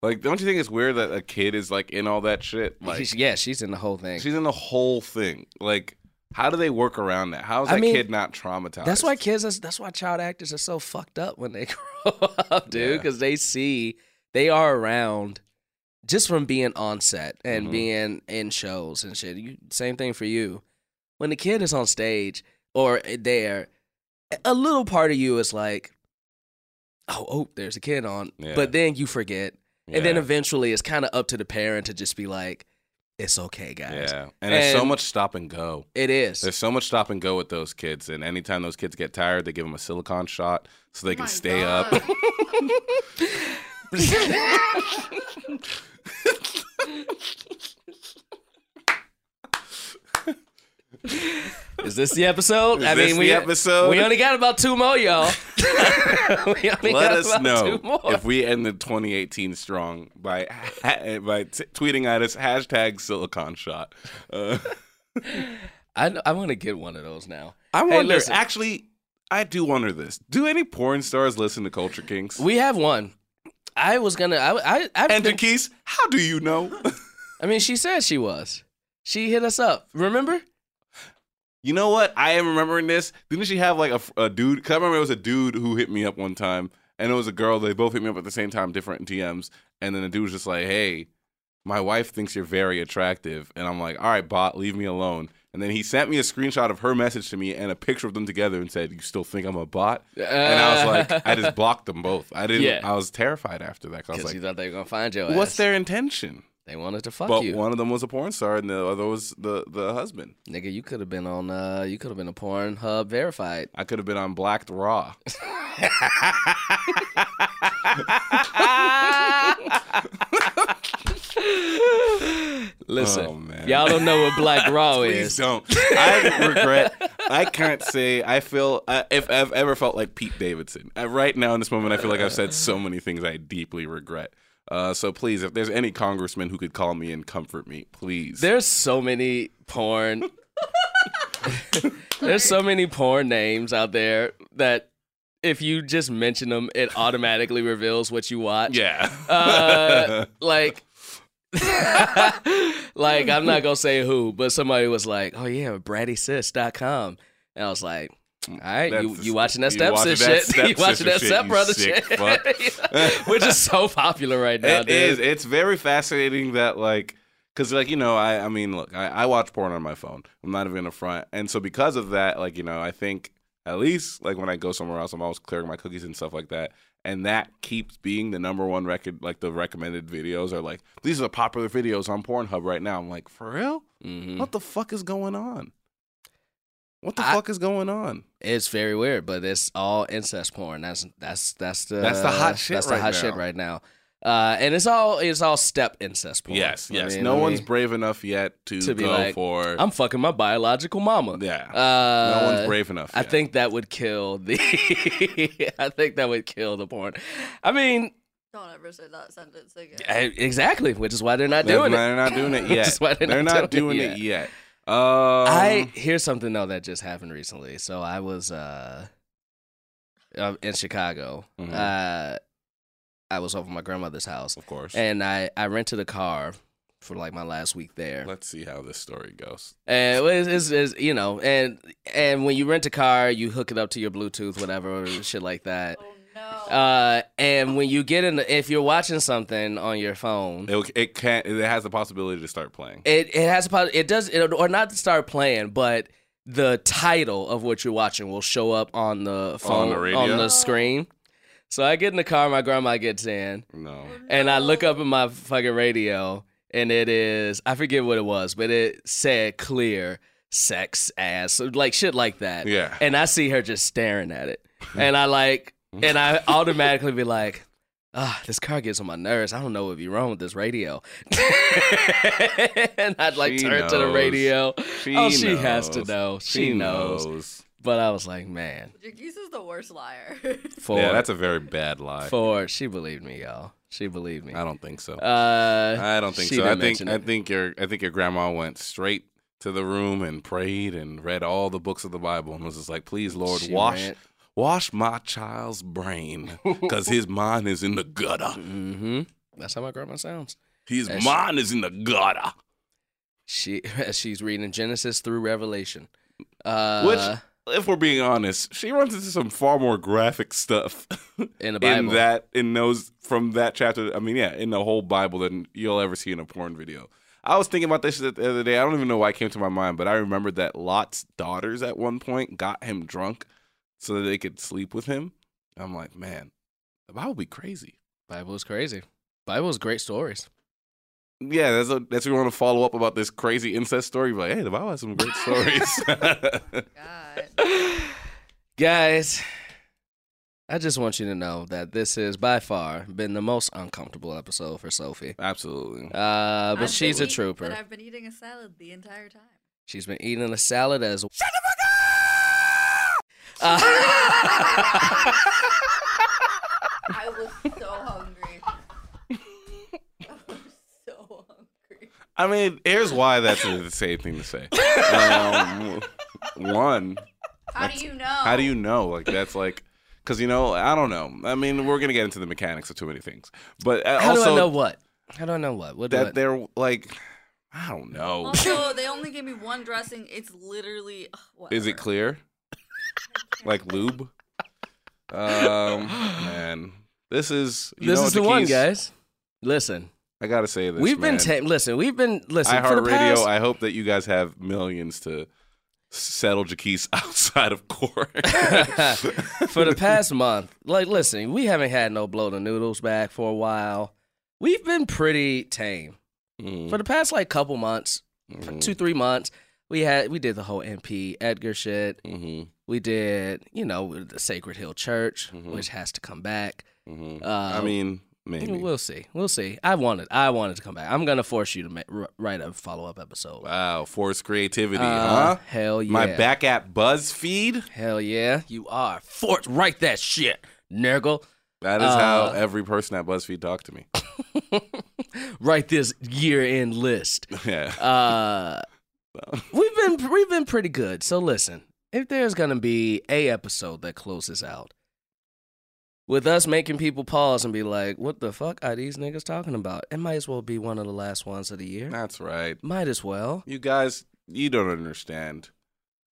Like, don't you think it's weird that a kid is like in all that shit? Like, She's- yeah, she's in the whole thing. she's in the whole thing. Like, how do they work around that? How is I that mean, kid not traumatized? That's why kids. That's, that's why child actors are so fucked up when they grow up, dude, Yeah. because they see they are around just from being on set and Mhm. being in shows and shit. You, same thing for you. When the kid is on stage or eh, there, a little part of you is like, "Oh, oh, there's a kid on," Yeah. but then you forget, and then Yeah. eventually it's kind of up to the parent to just be like, "It's okay, guys. Yeah, and there's so And- much stop and go. It is." There's so much stop and go with those kids, and anytime those kids get tired, they give them a silicon shot so they can Oh My stay up. God. Is this the episode? Is this we the episode? we only got about two more, y'all. we only Let got us about know two more. if we ended 2018 strong by by t- tweeting at us hashtag silicon shot. Uh, I I want to get one of those now. I Hey, wonder. listen. actually, I do wonder this. Do any porn stars listen to Culture Kings? We have one. I was gonna. I I I've Andrew been- Keys, how do you know? I mean, she said she was. She hit us up. Remember? You know what? I am remembering this. Didn't she have like a, f- a dude? Cause I remember it was a dude who hit me up one time, and it was a girl. They both hit me up at the same time, different DMs. And then the dude was just like, "Hey, my wife thinks you're very attractive," and I'm like, "All right, bot, leave me alone." And then he sent me a screenshot of her message to me and a picture of them together, and said, "You still think I'm a bot?" and I was like, "I just blocked them both. I didn't. Yeah. I was terrified after that. 'cause I because was you like, thought they were gonna find your ass. what's their intention?" They wanted to fuck but you, one of them was a porn star, and the other was the the husband. nigga. You could have been on. Uh, you could have been a porn hub verified. I could have been on Blacked Raw. Listen, Oh, man. y'all don't know what Black Raw Please is. don't. I regret. I can't say. I feel uh, if I've ever felt like Pete Davidson uh, right now in this moment. I feel like I've said so many things I deeply regret. Uh, so please, if there's any congressman who could call me and comfort me, please. There's so many porn. There's so many porn names out there that if you just mention them, it automatically reveals what you watch. yeah. Uh, like, like I'm not gonna say who, but somebody was like, "Oh yeah, brattysis.com," and I was like. All right, you, That's- you watching that you step watching sis that shit? step you watching that sister shit, step you brother sick shit? fuck. Which is so popular right now, It dude. is. It's very fascinating that like, cause like you know, I I mean, look, I, I watch porn on my phone. I'm not even gonna front, and so because of that, like you know, I think at least like when I go somewhere else, I'm always clearing my cookies and stuff like that. And that keeps being the number one record. Like the recommended videos are like these are the popular videos on Pornhub right now. I'm like, for real? Mhm. What the fuck is going on? What the I- fuck is going on? It's very weird, but it's all incest porn. That's that's that's the That's the hot shit That's the right hot now. shit right now. Uh, and it's all it's all step incest porn. Yes, I yes. mean, no I mean, one's brave enough yet to, to be go like, for. I'm fucking my biological mama. yeah. Uh, no one's brave enough. I yet. think that would kill the. I think that would kill the porn. I mean, Don't ever say that sentence again. I- exactly, which is why they're not That's doing why it. They're not doing it Which yet. is why they're they're not, doing, it yet. Um, I here's something though that just happened recently. So I was uh, uh, in Chicago. Mhm. Uh, I was over at my grandmother's house, mm, of course. and I I rented a car for like my last week there. Let's see how this story goes. And well, it's, it's, it's you know, and and when you rent a car, you hook it up to your Bluetooth, whatever, shit like that. Oh no. Uh, and when you get in, the, if you're watching something on your phone, It, it can't. It has the possibility to start playing. it it has a pos- it does it, or not to start playing, but the title of what you're watching will show up on the phone the radio? on the screen. So I get in the car, my grandma gets in, No. and I look up at my fucking radio, and it is I forget what it was, but it said clear sex ass like shit like that. Yeah. And I see her just staring at it, and I like, and I automatically be like, ah, this car gets on my nerves. I don't know what be wrong with this radio. and I'd like She turn to the knows. radio. She oh, she has to knows. know. She, knows. But I was like, man, Jackie's is the worst liar. for Yeah, that's a very bad lie. for she believed me, y'all. She believed me. I don't think so. Uh, I don't think she so. I didn't think mention I it. think your I think your grandma went straight to the room and prayed and read all the books of the Bible and was just like, "Please, Lord, She wash went- wash my child's brain because his mind is in the gutter. Mm-hmm. That's how my grandma sounds. His That's- mind is in the gutter." She she's reading Genesis through Revelation. Uh, Which, if we're being honest, she runs into some far more graphic stuff in the in Bible. that in those from that chapter. I mean, yeah, in the whole Bible than you'll ever see in a porn video. I was thinking about this the other day. I don't even know why it came to my mind, but I remembered that Lot's daughters at one point got him drunk so that they could sleep with him. I'm like, man, the Bible be crazy. Bible's crazy. Bible's great stories. Yeah, that's a, that's what we want to follow up about this crazy incest story. But hey, the Bible has some great stories. Oh Uh, God. Guys, I just want you to know that this has by far been the most uncomfortable episode for Sophie. Absolutely. Uh, but I've she's been a eating- trooper. But I've been eating a salad the entire time. She's been eating a salad as Shut the I was so hungry. I was so hungry. I mean, here's why that's the same thing to say. Um, one, How do you know? how do you know? Like that's like, because you know, I don't know. I mean, we're gonna get into the mechanics of too many things, but uh, How also do I know what? How do I know what? What? that what? they're like, I don't know. Also, they only gave me one dressing. It's literally. ugh, Is it whatever. clear? Like lube? Um, man, this is you this know, is the one, Jaquez, guys. Listen, I gotta say this. we've man. been ta- listen. We've been listen for the iHeartRadio. past. I hope that you guys have millions to settle Jaquise outside of court. for the past month, like, listen, we haven't had no blow the noodles back for a while. We've been pretty tame Mm, for the past like couple months, mm, two three months. We had we did the whole MP Edgar shit. mhm, We did you know the Sacred Hill Church, Mhm. which has to come back. mhm. Uh, I mean, maybe. We'll see. We'll see. I wanted. I wanted to come back. I'm gonna force you to ma- r- write a follow up episode. Wow, forced creativity, Uh, huh? Hell yeah. My back at BuzzFeed. Hell yeah. You are. Fort. Write that shit, niggle. That is Uh, how every person at BuzzFeed talked to me. write this year end list. yeah. Uh, we've been we've been pretty good. So listen, if there's gonna be a episode that closes out with us making people pause and be like, "What the fuck are these niggas talking about?" It might as well be one of the last ones of the year. That's right. Might as well. You guys, you don't understand.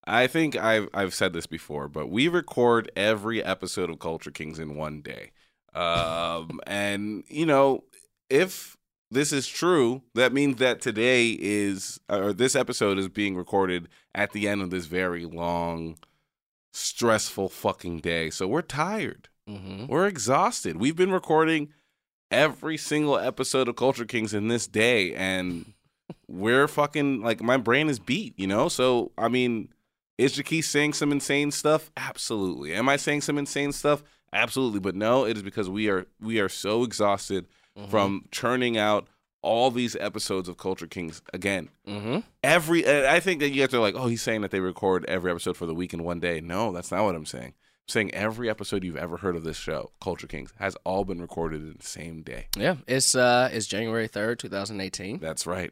I think I've I've said this before, but we record every episode of Culture Kings in one day. Um, and you know, if this is true, that means that today is or this episode is being recorded at the end of this very long, stressful fucking day. So we're tired. Mm-hmm. We're exhausted. We've been recording every single episode of Culture Kings in this day, and we're fucking like my brain is beat, you know. So I mean, is Jaquise saying some insane stuff? Absolutely. Am I saying some insane stuff? Absolutely. But no, it is because we are we are so exhausted from churning out all these episodes of Culture Kings again Mm-hmm. every and i think that you guys are like oh he's saying that they record every episode for the week in one day no that's not what i'm saying i'm saying every episode you've ever heard of this show culture kings has all been recorded in the same day Yeah, it's uh, it's January third, two thousand eighteen. that's right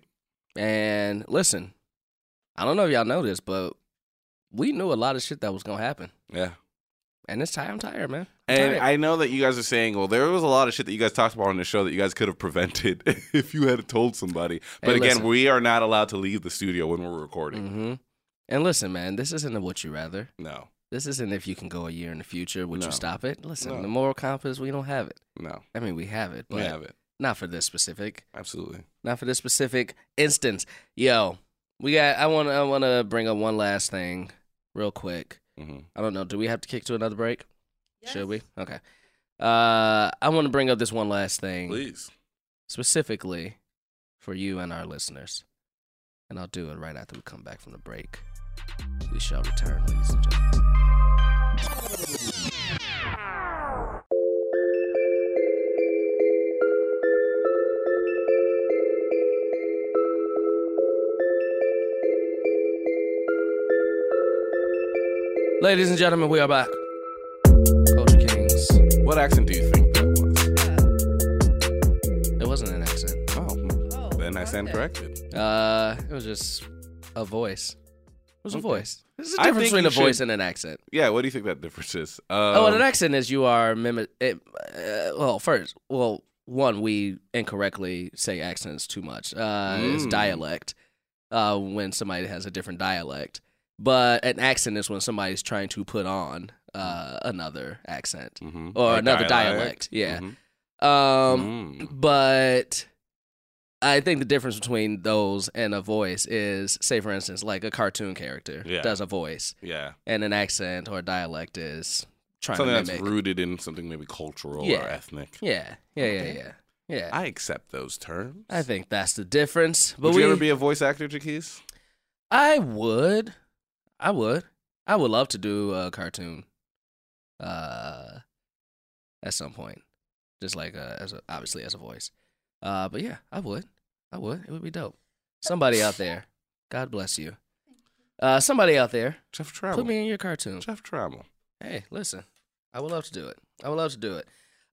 And listen, I don't know if y'all know this, but we knew a lot of shit that was gonna happen. yeah And it's time. I'm tired, man. I'm and tired. I know that you guys are saying, well, there was a lot of shit that you guys talked about on the show that you guys could have prevented if you had told somebody. But Hey, again, listen. we are not allowed to leave the studio when we're recording. hmm And listen, man, this isn't a what you rather. No, This isn't if you can go a year in the future, would No. you stop it? Listen, No. the moral compass, we don't have it. no, I mean, we have it, but we have it. not for this specific, Absolutely. not for this specific instance. Yo, we got. I want. to I want to bring up one last thing, real quick. hmm I don't know. Do we have to kick to another break? Should we? Yes. Okay. Uh, I want to bring up this one last thing, Please. specifically for you and our listeners, and I'll do it right after we come back from the break. We shall return, ladies and gentlemen. Ladies and gentlemen, we are back. Culture Kings. What accent do you think that It wasn't an accent. was? Oh, Oh, then I stand okay. corrected. Uh, it was just a voice. It was a voice. There's a I difference think between you a voice should- and an accent. Yeah, what do you think that difference is? Um, oh, and an accent is you are mimi. It, uh, well, first, well, one we incorrectly say accents too much. Uh, It's Mm. dialect uh, when somebody has a different dialect, but an accent is when somebody's trying to put on uh, another accent Mhm. or A another dialect. Yeah. Mhm. Um, Mm. but I think the difference between those and a voice is, say, for instance, like a cartoon character Yeah. does a voice, Yeah. and an accent or dialect is trying Something to that's mimic. rooted in something maybe cultural Yeah. or ethnic. Yeah, yeah, yeah, yeah, yeah. I, I accept those terms. think that's the difference. But Would we, you ever be a voice actor, Jaquez? I would, I would, I would love to do a cartoon, uh, at some point, just like uh, as a, obviously as a voice. Uh, but yeah, I would, I would. It would be dope. Somebody out there, God bless you. Uh, somebody out there, Jeff Trammell. put me in your cartoon. Jeff Trammell. Hey, listen, I would love to do it. I would love to do it.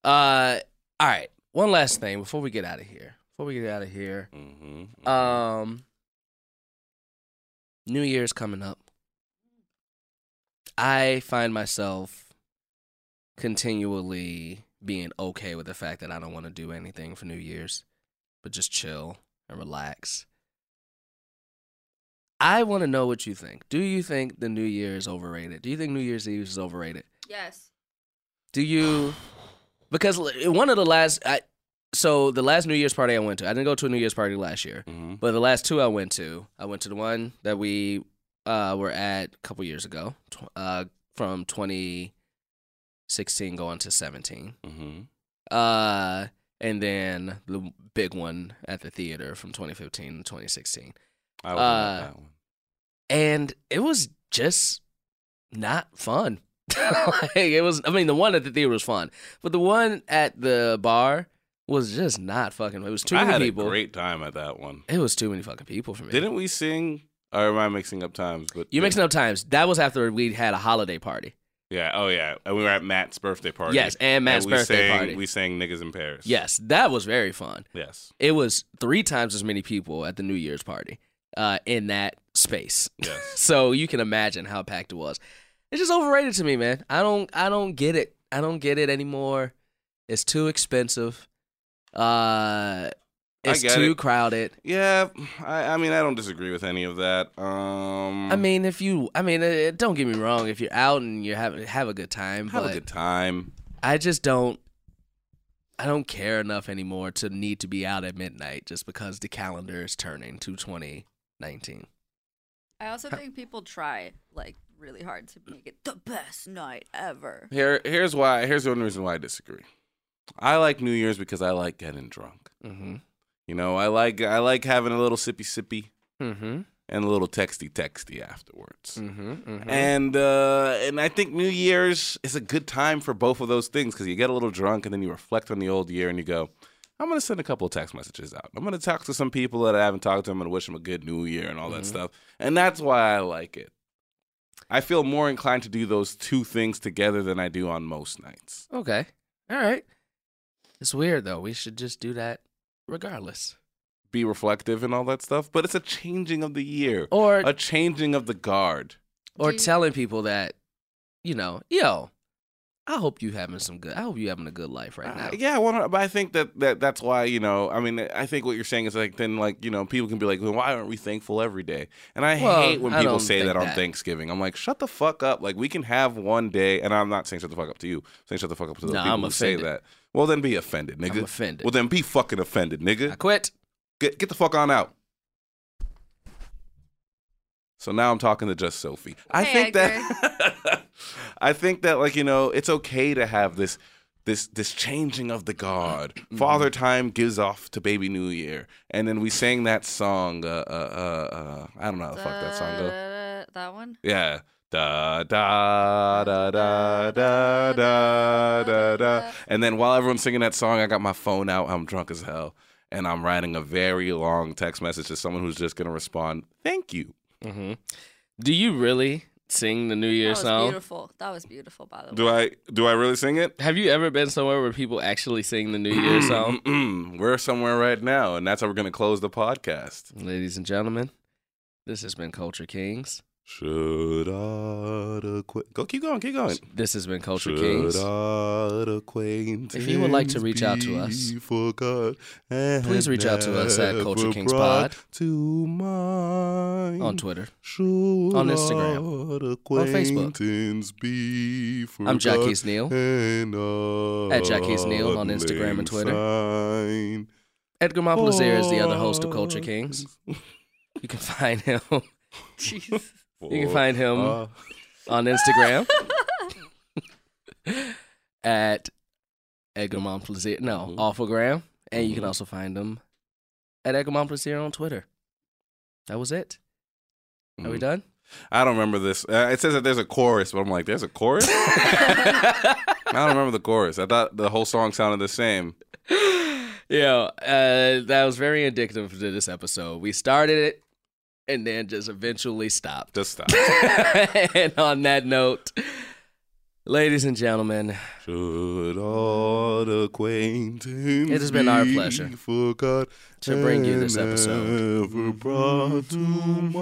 Uh, all right, one last thing before we get out of here. Before we get out of here. Mm-hmm. Um, New Year's coming up. I find myself continually being okay with the fact that I don't want to do anything for New Year's, but just chill and relax. I want to know what you think. Do you think the New Year is overrated? Do you think New Year's Eve is overrated? Yes. Do you? Because l- one of the last, I, so the last New Year's party I went to, I didn't go to a New Year's party last year. hmm But the last two I went to, I went to the one that we uh, were at a couple years ago, tw- uh, from 2016 going to 17. hmm Uh, and then the big one at the theater from 2015 to 2016. I would like Uh, that one. And it was just not fun. like, it was, I mean, the one at the theater was fun, but the one at the bar was just not fucking. It was too I many had people. a great time at that one. it was too many fucking people for me. Didn't we sing? Or am I mixing up times? But You mixing up times. That was after we had a holiday party. Yeah. Oh yeah. And we were at Matt's birthday party. Yes, and Matt's we birthday sang, party. We sang "Niggas in Paris." Yes, that was very fun. Yes. It was three times as many people at the New Year's party uh, in that space. Yes. so you can imagine how packed it was. It's just overrated to me, man. I don't I don't get it. I don't get it anymore. It's too expensive. Uh it's get too it. crowded. yeah. I, I mean, I don't disagree with any of that. Um. I mean, if you I mean, uh, don't get me wrong, if you're out and you're having have a good time, have but a good time. I just don't I don't care enough anymore to need to be out at midnight just because the calendar is turning to 2019. I also think people try like really hard to make it the best night ever. Here, here's why. Here's the only reason why I disagree. I like New Year's because I like getting drunk. Mm-hmm. You know, I like I like having a little sippy sippy Mm-hmm. and a little texty texty afterwards. Mm-hmm. And uh, and I think New Year's is a good time for both of those things because you get a little drunk and then you reflect on the old year and you go, I'm gonna send a couple of text messages out. I'm gonna talk to some people that I haven't talked to. I'm gonna wish them a good New Year and all Mm-hmm. that stuff. And that's why I like it. I feel more inclined to do those two things together than I do on most nights. Okay. All right. It's weird though. We should just do that regardless. Be reflective and all that stuff, but it's a changing of the year, Or a changing of the guard. or Do you- telling people that, you know, yo, I hope you having some good I hope you having a good life right now. Uh, yeah, well, but I think that, that that's why you know. I mean, I think what you're saying is like then like you know people can be like, well, why aren't we thankful every day? And I Well, hate when I people don't say think that on that. Thanksgiving. I'm like, shut the fuck up. Like we can have one day, and I'm not saying shut the fuck up to you. I'm saying shut the fuck up to the Nah, people I'm who offended. say that. Well, then be offended, nigga. I'm offended. Well, then be fucking offended, I nigga. quit. Get get the fuck on out. So now I'm talking to just Sophie. I Hey, think that I think that like you know it's okay to have this this this changing of the guard. Father time gives off to baby New Year, and then we sang that song. Uh, uh, uh, uh, I don't know how the fuck that song goes. Da- That one? Yeah. Da da da da da da da da. And then while everyone's singing that song, I got my phone out. I'm drunk as hell, and I'm writing a very long text message to someone who's just gonna respond, "Thank you." Mm-hmm. Do you really sing the New That Year was song. beautiful. That was beautiful, by the way. Do I do I really sing it? Have you ever been somewhere where people actually sing the New Year song? Mm-mm. We're somewhere right now, and that's how we're gonna close the podcast. Ladies and gentlemen, this has been Culture Kings. Should I acquaint? Go, keep going, keep going. This has been Culture Should Kings. our acquaintance If you would like to reach out to us, be forgot and please reach out to us at never Culture Kings brought Pod to mind? on Twitter. Should on Instagram, our Facebook. acquaintance be I'm forgot Jackie's Neal. and At Jackie's Neal on Instagram and Twitter. Edgar Montplaisir is the other host of Culture Kings. You can find him. Jesus. You Oh, can find him uh, on Instagram at Edgar Montplaisir. No, Awfulgram. And you can also find him at Edgar Montplaisir on Twitter. That was it. Are we done? I don't remember this. Uh, it says that there's a chorus, but I'm like, there's a chorus? I don't remember the chorus. I thought the whole song sounded the same. Yeah, uh, that was very indicative to this episode. We started it and then just eventually stopped. Just stop. and on that note, ladies and gentlemen, Should all acquaintance It has been our be pleasure forgot to bring you this and episode. never brought to mind?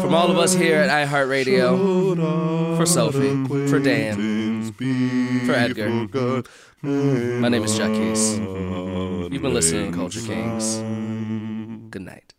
from all of us here at iHeartRadio, Should our for Sophie, for Dan, acquaintance be for Edgar. forgot my name is Jacques. You've been listening to Culture and Kings. Good night.